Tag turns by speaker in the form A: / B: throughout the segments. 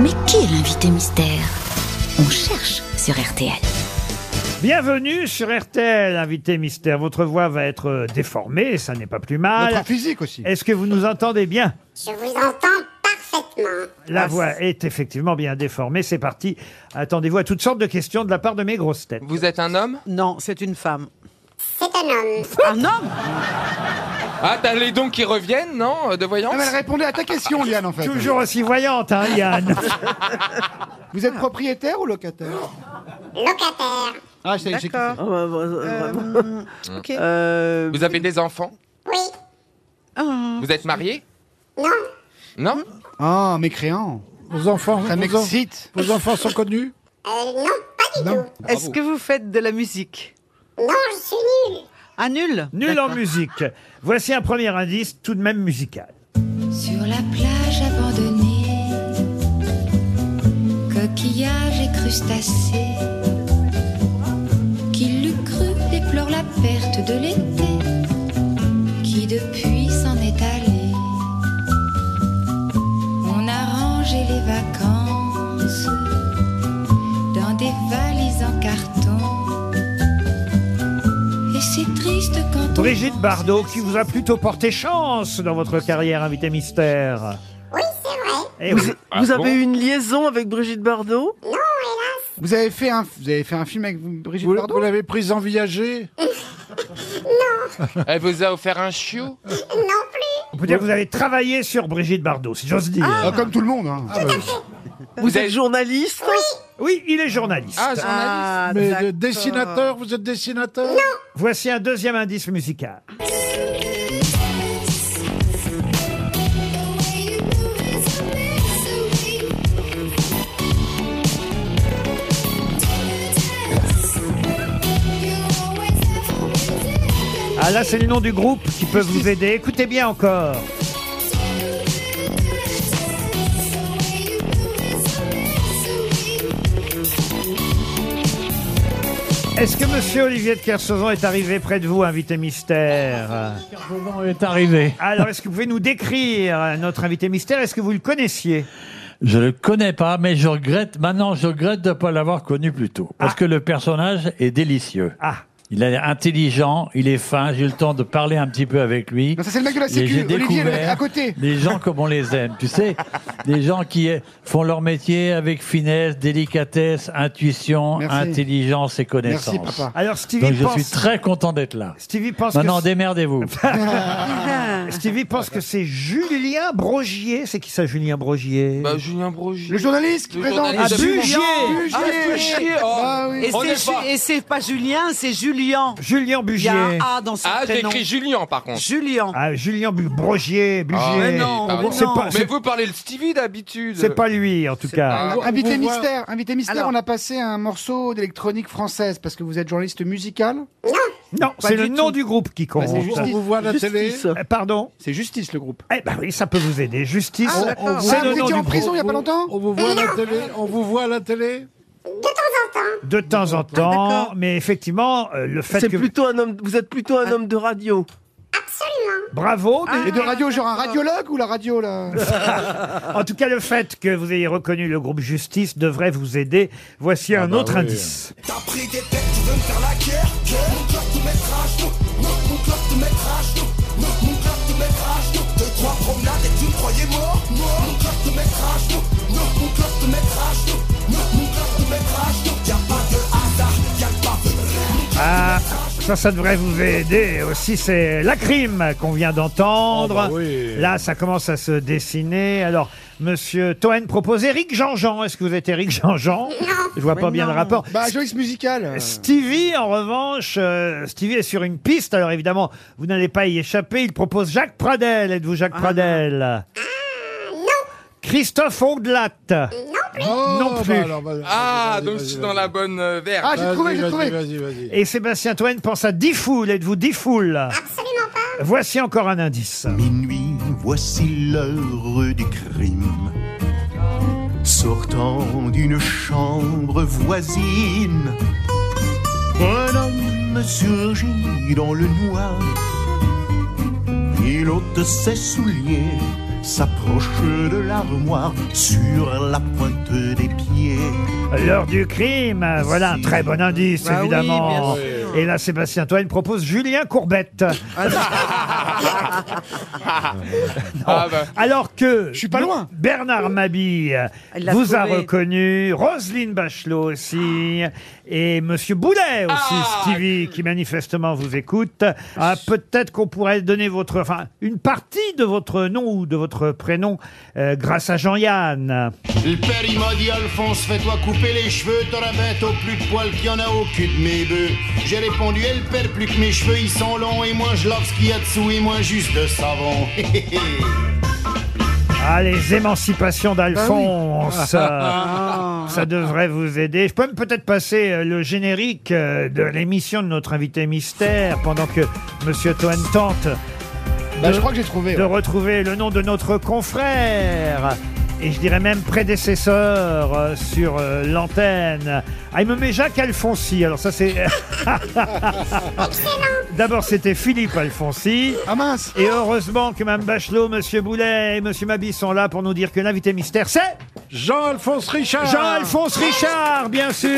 A: Mais qui est l'invité mystère On cherche sur RTL.
B: Bienvenue sur RTL, invité mystère. Votre voix va être euh, déformée, ça n'est pas plus mal.
C: Notre physique aussi.
B: Est-ce que vous nous entendez bien
D: Je vous entends parfaitement.
B: La voix est effectivement bien déformée. C'est parti. Attendez-vous à toutes sortes de questions de la part de mes grosses têtes.
E: Vous êtes un homme
F: Non, c'est une femme.
D: C'est un homme.
F: Un homme
E: Ah, t'as les dons qui reviennent, non euh, De voyance
C: Ah, mais elle répondait à ta question, Liane, en fait.
B: Toujours aussi voyante, hein, Yann.
C: Vous êtes propriétaire ou locataire
D: Locataire.
C: Ah, j'ai j'ai
F: D'accord.
G: bah,
F: Euh, ok. Euh,
E: Vous avez des enfants
D: Oui.
F: ah,
E: Vous êtes marié
D: Non.
E: Non
C: Ah, mécréant.
H: Vos enfants,
C: Ça
H: vos, en-
C: m'excite.
H: vos enfants sont connus
D: Euh, non, pas du tout.
F: Est-ce que vous faites de la musique
D: Non, je suis nul.
F: Ah, nul
B: Nul en musique. Voici un premier indice, tout de même musical.
I: Sur la plage abandonnée, coquillages et crustacés, qui l'eût cru déplore la perte de l'été, qui depuis s'en est allé. On a rangé les vacances dans des valises en carton. Et c'est triste quand on
B: Brigitte
I: pense-
B: Bardot, qui vous a plutôt porté chance dans votre carrière, invité mystère.
D: Oui, c'est vrai.
B: Eh oui.
G: Vous avez eu une liaison avec Brigitte Bardot
C: Vous avez fait un, vous avez fait un film avec Brigitte
H: Vous, vous
C: Bardot
H: l'avez prise en viager
E: Elle vous a offert un chiot
D: Non plus.
B: On peut dire que vous avez travaillé sur Brigitte Bardot, si j'ose dire.
C: Ah, Comme tout le monde. hein.
F: Euh,
G: Vous
F: ben,
E: avez-
G: êtes journaliste
B: Oui, il est journaliste.
E: Ah, journaliste
F: Ah,
H: bah, Mais
F: d'accord.
H: le dessinateur, vous êtes dessinateur
B: Voici un deuxième indice musical. Ah là, c'est le nom du groupe qui peut vous aider. Écoutez bien encore. Est-ce que Monsieur Olivier de Kersauzon est arrivé près de vous, invité mystère
H: Vauban est arrivé.
B: Alors, est-ce que vous pouvez nous décrire euh, notre invité mystère Est-ce que vous le connaissiez
J: Je le connais pas, mais je regrette, maintenant je regrette de ne pas l'avoir connu plus tôt. Parce
H: Ah.
J: que le personnage est délicieux.
B: Ah,
J: Il est intelligent, il est fin, j'ai eu le temps de parler un petit peu avec lui.
C: Non, ça, c'est le mec de la
J: Et
C: sécu,
J: j'ai
C: Olivier, le mec
J: découvert
C: à côté.
J: Les gens comme on les aime, tu sais. Des gens qui eh, font leur métier avec finesse, délicatesse, intuition,
C: Merci.
J: intelligence et connaissance.
C: Merci, papa.
B: alors Stevie
J: Donc je
B: pense.
J: suis très content d'être là.
B: Stevie pense
J: Maintenant,
B: que c'est-
J: démerdez-vous.
B: Stevie pense que c'est Julien Brogier. C'est qui ça, Julien Brogier
E: Bah, Julien Brogy.
C: Le journaliste qui
E: Le
C: présente.
E: journaliste.
B: Ah, Bugier
C: Bugier. Ah, oui.
F: Et
E: On
F: c'est
E: n'est pas.
F: Ju- et c'est pas Julien, c'est Julien.
B: Julien
F: Il
B: Bugier.
F: y a un A dans son
E: Ah, j'ai
F: prénom.
E: écrit Julien, par contre.
F: Julien.
B: Ah, Julien Bu- Brogier. Bugier.
E: Ah,
F: Mais non,
E: pardon.
F: mais
B: C'est
F: non.
B: pas-
E: Mais vous parlez le Stevie d'habitude.
B: C'est pas lui, en tout cas.
E: pas-
H: Vous-
C: Invité
H: vous voir-
C: mystère, invité mystère,
F: Alors.
C: on a passé un morceau d'électronique française parce que vous êtes journaliste musical.
B: Non, c'est le
C: du
B: nom
C: tout.
B: du groupe qui compte.
C: Bah, c'est juste-
H: On vous voit à la télé
G: Justice.
B: Euh, Pardon
C: C'est Justice le groupe.
B: Eh ben oui, ça peut vous aider. Justice,
F: Ah, d'accord.
B: c'est
C: Ah,
B: le
C: vous
B: nom
C: étiez
B: du
C: en
B: groupe.
C: prison il y a pas longtemps
H: On vous voit à la télé On vous voit à la télé
B: de temps
C: Ah,
B: en temps, mais effectivement, euh, le fait
G: C'est
B: que
G: plutôt un homme. Vous êtes plutôt
F: Ah.
G: un homme de radio.
D: Absolument.
B: bravo, mais-
C: Et de radio, genre un radiologue ou la radio là
B: en tout cas le fait que vous ayez reconnu le groupe Justice devrait vous aider. Voici un
H: bah
B: autre
H: oui.
B: indice. Ah, ça, ça devrait vous aider aussi. C'est la crime qu'on vient d'entendre.
H: Ah bah oui.
B: Là, ça commence à se dessiner. Alors, Monsieur Toen propose Eric Jean-Jean. Est-ce que vous êtes Eric Jean-Jean Je vois pas bien le rapport.
C: Bah, journaliste musical. euh.
B: Stevie, en revanche, euh, Stevie est sur une piste. Alors évidemment, vous n'allez pas y échapper. Il propose Jacques Pradel. Êtes-vous Jacques
D: Ah.
B: Pradel
D: Hmm,
B: Christophe Ondelat.
H: Oh,
B: Non
K: bah
B: plus.
H: alors, vas-y,
E: Ah,
H: vas-y,
E: donc je
H: vas-y,
E: suis
H: vas-y.
E: dans la bonne euh, verve.
C: Ah, j'ai trouvé, j'ai
H: Vas-y,
C: trouvé.
H: Vas-y, vas-y, vas-y.
B: Et Sébastien Toen pense à Diffoul. Êtes-vous Diffoul
D: Absolument pas.
B: Voici encore un indice.
K: Minuit, voici l'heure du crime. Sortant d'une chambre voisine, un homme surgit dans le noir. Il ôte ses souliers, s'approche de l'armoire sur la pointe des pieds.
B: L'heure du crime, voilà un très bon indice
K: Bah oui,
B: évidemment.
K: bien sûr.
B: Et là, Sébastien Toine propose Julien Courbette.
E: Ah bah.
B: Alors que je suis
E: pas loin.
B: Bernard Mabille
E: Elle l'a
B: vous a
E: trouvé. Ah.
B: reconnu, Roselyne Bachelot aussi, et Monsieur Boulet aussi, Stevie, qui manifestement vous écoute. Ah, Peut-être qu'on pourrait donner votre, enfin, une partie de votre nom ou de votre prénom euh, grâce à Jean-Yann.
L: Le père, il m'a dit, Alphonse, fais-toi couper les cheveux, t'auras bête au plus de poils qu'il y en a au cul de mes bœufs. J'ai répondu, elle perd plus que mes cheveux, ils sont longs, et moi je lave ce qu'il y a dessous, et moi juste de savon. Hé, hé, hé.
B: Ah, les émancipations
E: Bah
B: d'Alphonse.
L: Ah.
B: Euh, Ça devrait vous aider. Je peux même peut-être passer euh, le générique euh, de l'émission de notre invité mystère pendant que Monsieur Toen tente
C: Bah, je crois que j'ai trouvé,
B: de
C: ouais.
B: retrouver le nom de notre confrère. Et je dirais même prédécesseur euh, sur euh, l'antenne. Ah, il me met Jacques Alfonsi. Alors ça, c'est... D'abord, c'était Philippe Alfonsi.
C: Ah,
B: Et heureusement que Mme Bachelot, Monsieur Boulet et Monsieur Mabi sont là pour nous dire que l'invité mystère, c'est...
H: Jean-Alphonse Richard
B: Jean-Alphonse Richard, bien sûr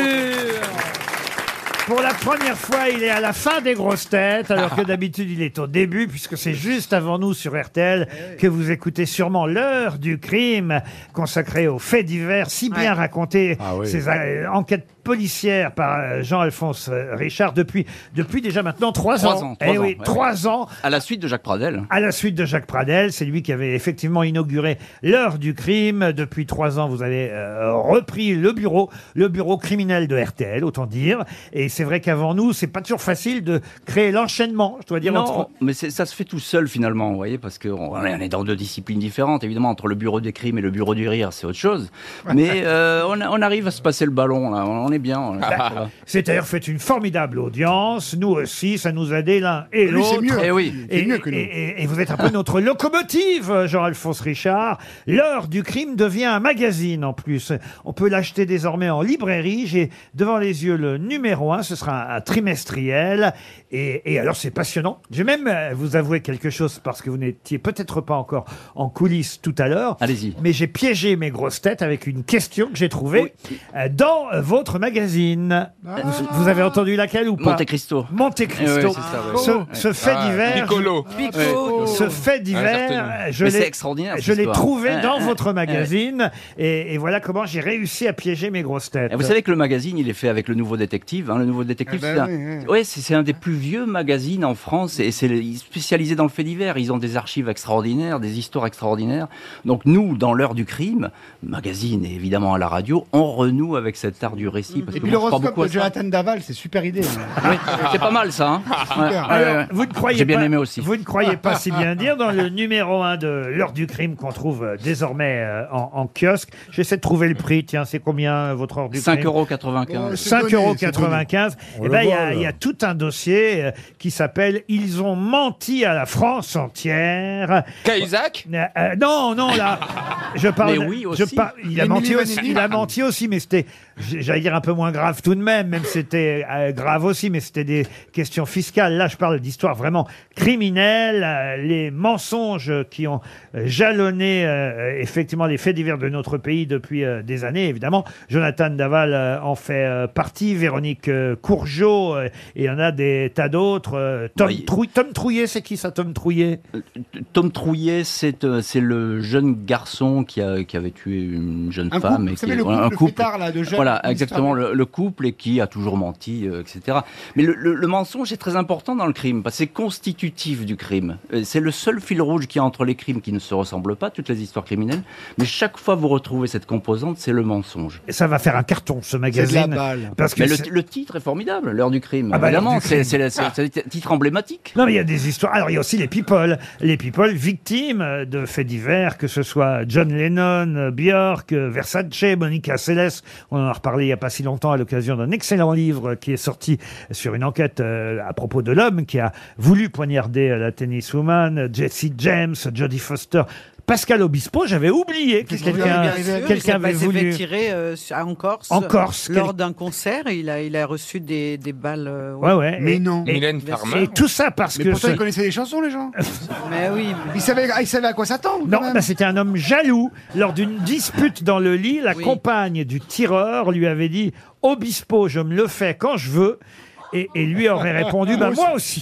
B: pour la première fois, il est à la fin des grosses têtes, alors que d'habitude, il est au début, puisque c'est juste avant nous sur RTL que vous écoutez sûrement l'heure du crime consacrée aux faits divers, si bien raconté
M: Ah oui.
B: ces euh, enquêtes policières par euh, Jean-Alphonse euh, Richard depuis, depuis déjà maintenant trois,
M: Trois ans, trois
B: Eh
M: ans,
B: oui,
M: ouais,
B: trois ans
M: À la suite de Jacques Pradel.
B: à la suite de Jacques Pradel, c'est lui qui avait effectivement inauguré l'heure du crime. Depuis trois ans, vous avez euh, repris le bureau, le bureau criminel de RTL, autant dire. Et c'est vrai qu'avant nous, c'est pas toujours facile de créer l'enchaînement, je dois dire. entre-
M: Non, mais c'est- ça se fait tout seul finalement, vous voyez, parce qu'on on est dans deux disciplines différentes. Évidemment, entre le bureau des crimes et le bureau du rire, c'est autre chose. Mais euh, on, a- on arrive à se passer le ballon, là. On est bien. on- ça va.
B: C'est d'ailleurs fait une formidable audience, nous aussi, ça nous a aidé l'un et
M: Lui, c'est
B: l'autre.
M: mieux. Eh oui.
B: et,
M: C'est mieux que nous.
B: et- et vous êtes un peu notre locomotive, Jean-Alphonse Richard. L'heure du crime devient un magazine en plus. On peut l'acheter désormais en librairie. J'ai devant les yeux le numéro 1, ce sera un, un trimestriel. Et, et alors c'est passionnant. Je vais même euh, vous avouer quelque chose parce que vous n'étiez peut-être pas encore en coulisses tout à l'heure.
M: Allez-y.
B: Mais j'ai piégé mes grosses têtes avec une question que j'ai trouvée euh, dans votre magazine.
M: Ah.
B: Vous, vous avez entendu laquelle ou pas
M: Monte Cristo.
B: Monte Cristo.
M: Eh ouais, c'est ça, ouais.
B: ce,
M: Ouais.
B: ce fait
M: Ah,
B: divers.
M: Piccolo.
B: je-
M: Piccolo.
B: Ce fait
M: Ah,
B: divers,
M: j'ai retenu.
B: je
M: Mais c'est
B: l'ai-
M: extraordinaire,
B: Je
M: cette
B: l'ai
M: histoire.
B: trouvé
M: Ouais,
B: dans
M: ouais,
B: votre
M: ouais.
B: magazine et, et voilà comment j'ai réussi à piéger mes grosses têtes.
M: Et Eh, vous savez que le magazine, il est fait avec le Nouveau Détective. hein. Le Nouveau Détective,
B: Eh ben
M: c'est un-
B: oui, oui.
M: ouais, c'est c'est un des plus vieux magazines en France et c'est le- il est spécialisé dans le fait divers. Ils ont des archives extraordinaires, des histoires extraordinaires. Donc nous, dans l'heure du crime, magazine et évidemment à la radio, on renoue avec cet art du récit. Parce
C: Et
M: que
C: puis
M: moi, je crois
C: l'horoscope
M: beaucoup à
C: de
M: ça.
C: Jonathan Daval, c'est super idée.
M: Oui, c'est pas mal ça. hein. Ouais, ouais,
B: Alors,
M: ouais.
B: vous ne croyez
M: J'ai bien
B: pas-
M: aimé aussi.
B: Vous ne croyez pas si bien dire dans le numéro 1 de l'heure du crime qu'on trouve euh, désormais euh, en, en kiosque. J'essaie de trouver le prix. Tiens, c'est combien euh, votre heure du crime hein.
M: 5,95.
B: 5,95
M: On
B: Eh
M: le
B: ben, il y,
M: voit,
B: a-
M: là.
B: il y a tout un dossier euh, qui s'appelle Ils ont menti à la France entière.
E: Cahuzac
B: Euh, euh, Non, non, là. Je parle.
E: Mais oui,
B: je
E: aussi.
B: par- il, a
E: Émilie
B: menti aussi,
E: Vanilli.
B: il a menti aussi, mais c'était, j- j'allais dire, un peu moins grave tout de même, même si c'était euh, grave aussi, mais c'était des questions fiscales. Là, je parle d'histoires vraiment criminelles, euh, les mensonges qui ont euh, jalonné euh, effectivement les faits divers de notre pays depuis euh, des années, évidemment. Jonathan Daval euh, en fait euh, partie, Véronique euh, Courgeot, euh, et il y en a des tas d'autres. euh, Tom, Trouy- Tom Trouillet, c'est qui ça, Tom Trouillet
M: Tom Trouillet, c'est euh, c'est le jeune garçon qui, a- qui avait tué une jeune
C: Un
M: femme.
C: couple, vous savez, le couple, le fêtard, là, de jeunes
M: voilà,
C: qui
M: exactement,
C: disparaît.
M: le, le couple et qui a toujours menti, euh, etc. Mais le, le- le mensonge est très important dans le crime, parce que c'est constitutif du crime. Euh, C'est le seul fil rouge qu'il y a entre les crimes qui ne se ressemblent pas, toutes les histoires criminelles. Mais chaque fois vous retrouvez cette composante, c'est le mensonge.
B: Et ça va faire un carton, ce magazine. Parce que
M: Mais le,
B: c'est-
M: le titre est formidable, l'heure du crime.
B: Ah bah, l'heure
M: Évidemment,
B: du
M: c'est
B: crime.
M: c'est la- c'est-
B: Ah.
M: c'est un titre emblématique.
B: Non, mais il y a des histoires. Alors, il y a aussi les people. Les people victimes euh, de faits divers, que ce soit John Lennon, euh, Björk, euh, Versace, Monica Seles. On en a reparlé il n'y a pas si longtemps à l'occasion d'un excellent livre euh, qui est sorti sur une enquête euh, à propos de l'homme qui a voulu poignarder euh, la tenniswoman, euh, Jesse James, Jodie Foster. Pascal Obispo, j'avais oublié que quelqu'un quelqu'un avait voulu.
F: Il s'est fait tirer euh, sur- en Corse.
B: En Corse,
F: Lors
B: quel-
F: d'un concert, et il a, il a reçu des, des balles. euh,
B: Ouais, ouais. Et- et-
F: Bien sûr.
B: Et tout ça parce
C: mais
B: que.
C: pourtant,
B: ce-
C: ils connaissaient les chansons, les gens.
F: mais oui.
C: Ils savaient, ils savaient à quoi s'attendre.
B: Non,
C: quand même.
B: bah, c'était un homme jaloux. Lors d'une dispute dans le lit, la compagne du tireur lui avait dit Obispo, je me le fais quand je veux. Et, et lui aurait répondu bah, Moi aussi.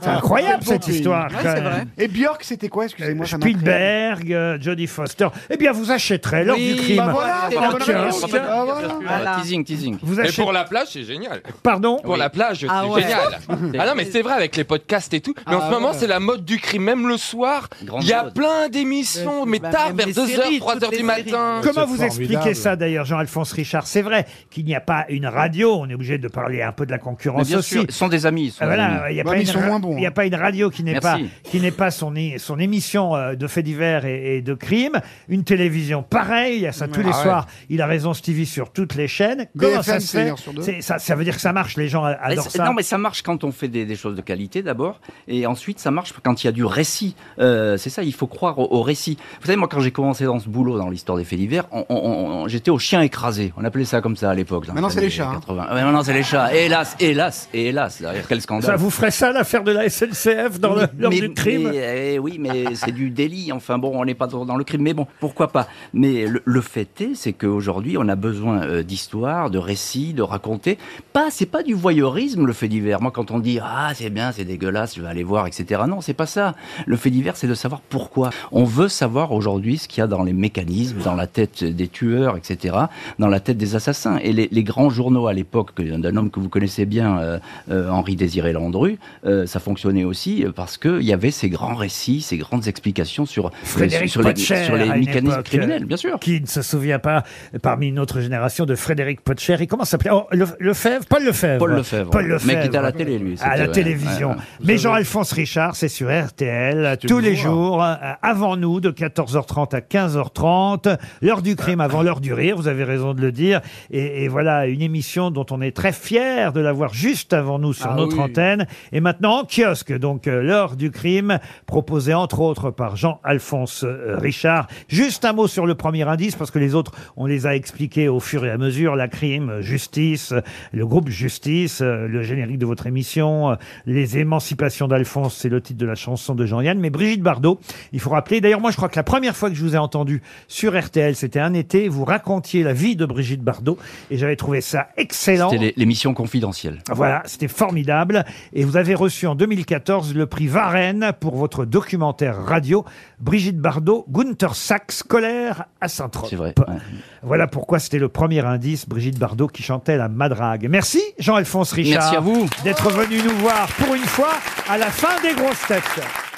B: C'est incroyable cette histoire. quand même.
C: Et Björk, c'était quoi Excusez-moi. ça m'a créé.
B: Euh, Spielberg, euh, Jodie Foster. Eh bien, vous achèterez l'heure
C: Oui,
B: du crime.
C: bah voilà,
B: en Ah,
C: c'est la bonne
B: kiosque.
C: réponse. Bah
E: Voilà.
M: Teasing, teasing.
B: Vous
E: Mais
B: achetez-
E: pour la plage, c'est génial.
B: Pardon
E: Pour la plage, c'est
B: Ah ouais.
E: génial. ah non, mais c'est vrai avec les podcasts et tout. Mais en
B: Ah
E: ce moment,
B: ouais.
E: c'est la mode du crime. Même le soir, il y a plein d'émissions, mais
B: Bah,
E: tard,
B: même
E: vers
B: les
E: 2h,
B: séries,
E: 3h
B: toutes
E: du
B: les
E: matin.
B: Comment vous expliquez ça d'ailleurs, Jean-Alphonse Richard C'est vrai qu'il n'y a pas une radio, on est obligé de parler un peu de la
M: Mais
B: concurrence
M: bien
B: aussi.
M: sûr, ils sont des amis. ils sont hein.
B: Ah,
M: des
B: voilà,
M: amis.
B: il n'y a, pas une ra- il y a pas une radio qui n'est pas,
M: Merci.
B: qui n'est pas son, é- son émission euh, de faits divers et, et de crimes. Une télévision, pareil, il y a ça tous
C: Ah
B: les
C: ouais.
B: soirs. Il a raison, Stevie, sur toutes les chaînes. Comment
M: BFM,
B: ça
M: c'est une
B: se
M: heure sur
B: fait
M: deux.
B: C'est- ça, ça veut dire que ça marche, les gens
M: Mais
B: adorent
M: c'est-
B: ça.
M: Non, mais ça marche quand on fait des, des choses de qualité d'abord, et ensuite ça marche quand il y a du récit. Euh, c'est ça, il faut croire au, au récit. Vous savez, moi quand j'ai commencé dans ce boulot, dans l'histoire des faits divers, on- on- on- j'étais au chien écrasé. On appelait ça comme ça à l'époque. dans
C: Maintenant, c'est les
M: années
C: chats, hein.
M: 80. Ah, mais maintenant c'est les chats. Hélas, hélas, et hélas. D'ailleurs, quel scandale.
B: Ça vous ferait ça, l'affaire de la SNCF dans le- l'heure
M: Mais-
B: du crime
M: mais, eh oui, mais c'est du délit. Enfin bon, on n'est pas dans dans le crime, mais bon, pourquoi pas. Mais le, le fait est, c'est qu'aujourd'hui, on a besoin euh, d'histoires, de récits, de raconter. Pas, c'est pas du voyeurisme le fait divers. Moi, quand on dit ah c'est bien, c'est dégueulasse, je vais aller voir, etc. Non, c'est pas ça. Le fait divers, c'est de savoir pourquoi. On veut savoir aujourd'hui ce qu'il y a dans les mécanismes, dans la tête des tueurs, etc., dans la tête des assassins. Et les, les grands journaux à l'époque, que- d'un homme que vous connaissez bien, euh, euh, Henri Désiré Landru, euh, ça fonctionnait aussi euh, parce qu'il y avait ces grands récits, ces grandes explications sur,
B: Frédéric
M: sur les,
B: Potcher,
M: sur les
B: à une
M: mécanismes
B: époque,
M: criminels.
B: euh,
M: bien sûr.
B: Qui ne se souvient pas, euh, parmi notre génération, de Frédéric Potcher Et comment s'appelait oh, Le- Lefebvre Paul Lefebvre.
M: Paul Lefebvre,
B: Paul
M: ouais.
B: Lefebvre.
M: Mais qui était à la télé, lui,
B: À la
M: c'était, ouais,
B: télévision.
M: ouais, ouais.
B: Mais Jean-Alphonse Richard, c'est sur RTL, tous les jours, euh, avant nous, de 14h30 à 15h30. L'heure du crime avant l'heure du rire, vous avez raison de le dire. Et, et voilà, une émission dont on est très fiers de l'avoir juste avant nous sur
N: Ah
B: notre
N: oui.
B: antenne. Et maintenant en kiosque, donc euh, l'heure du crime, proposée entre autres par Jean-Alphonse euh, Richard. Juste un mot sur le premier indice, parce que les autres, on les a expliqués au fur et à mesure. La crime, euh, justice, euh, le groupe justice, euh, le générique de votre émission, euh, les émancipations d'Alphonse, c'est le titre de la chanson de Jean-Yann. Mais Brigitte Bardot, il faut rappeler, d'ailleurs moi je crois que la première fois que je vous ai entendu sur RTL, c'était un été, vous racontiez la vie de Brigitte Bardot, et j'avais trouvé ça excellent.
M: C'était les- l'émission confidentielle.
B: Voilà, c'était formidable. Et vous avez reçu en 2014 le prix Varenne pour votre documentaire radio Brigitte Bardot, Gunther Sachs, colère à Saint-Tropez.
M: C'est vrai,
B: Voilà pourquoi c'était le premier indice, Brigitte Bardot qui chantait la madrague. Merci Jean-Alphonse Richard
M: Merci à vous.
B: d'être venu nous voir pour une fois à la fin des grosses têtes.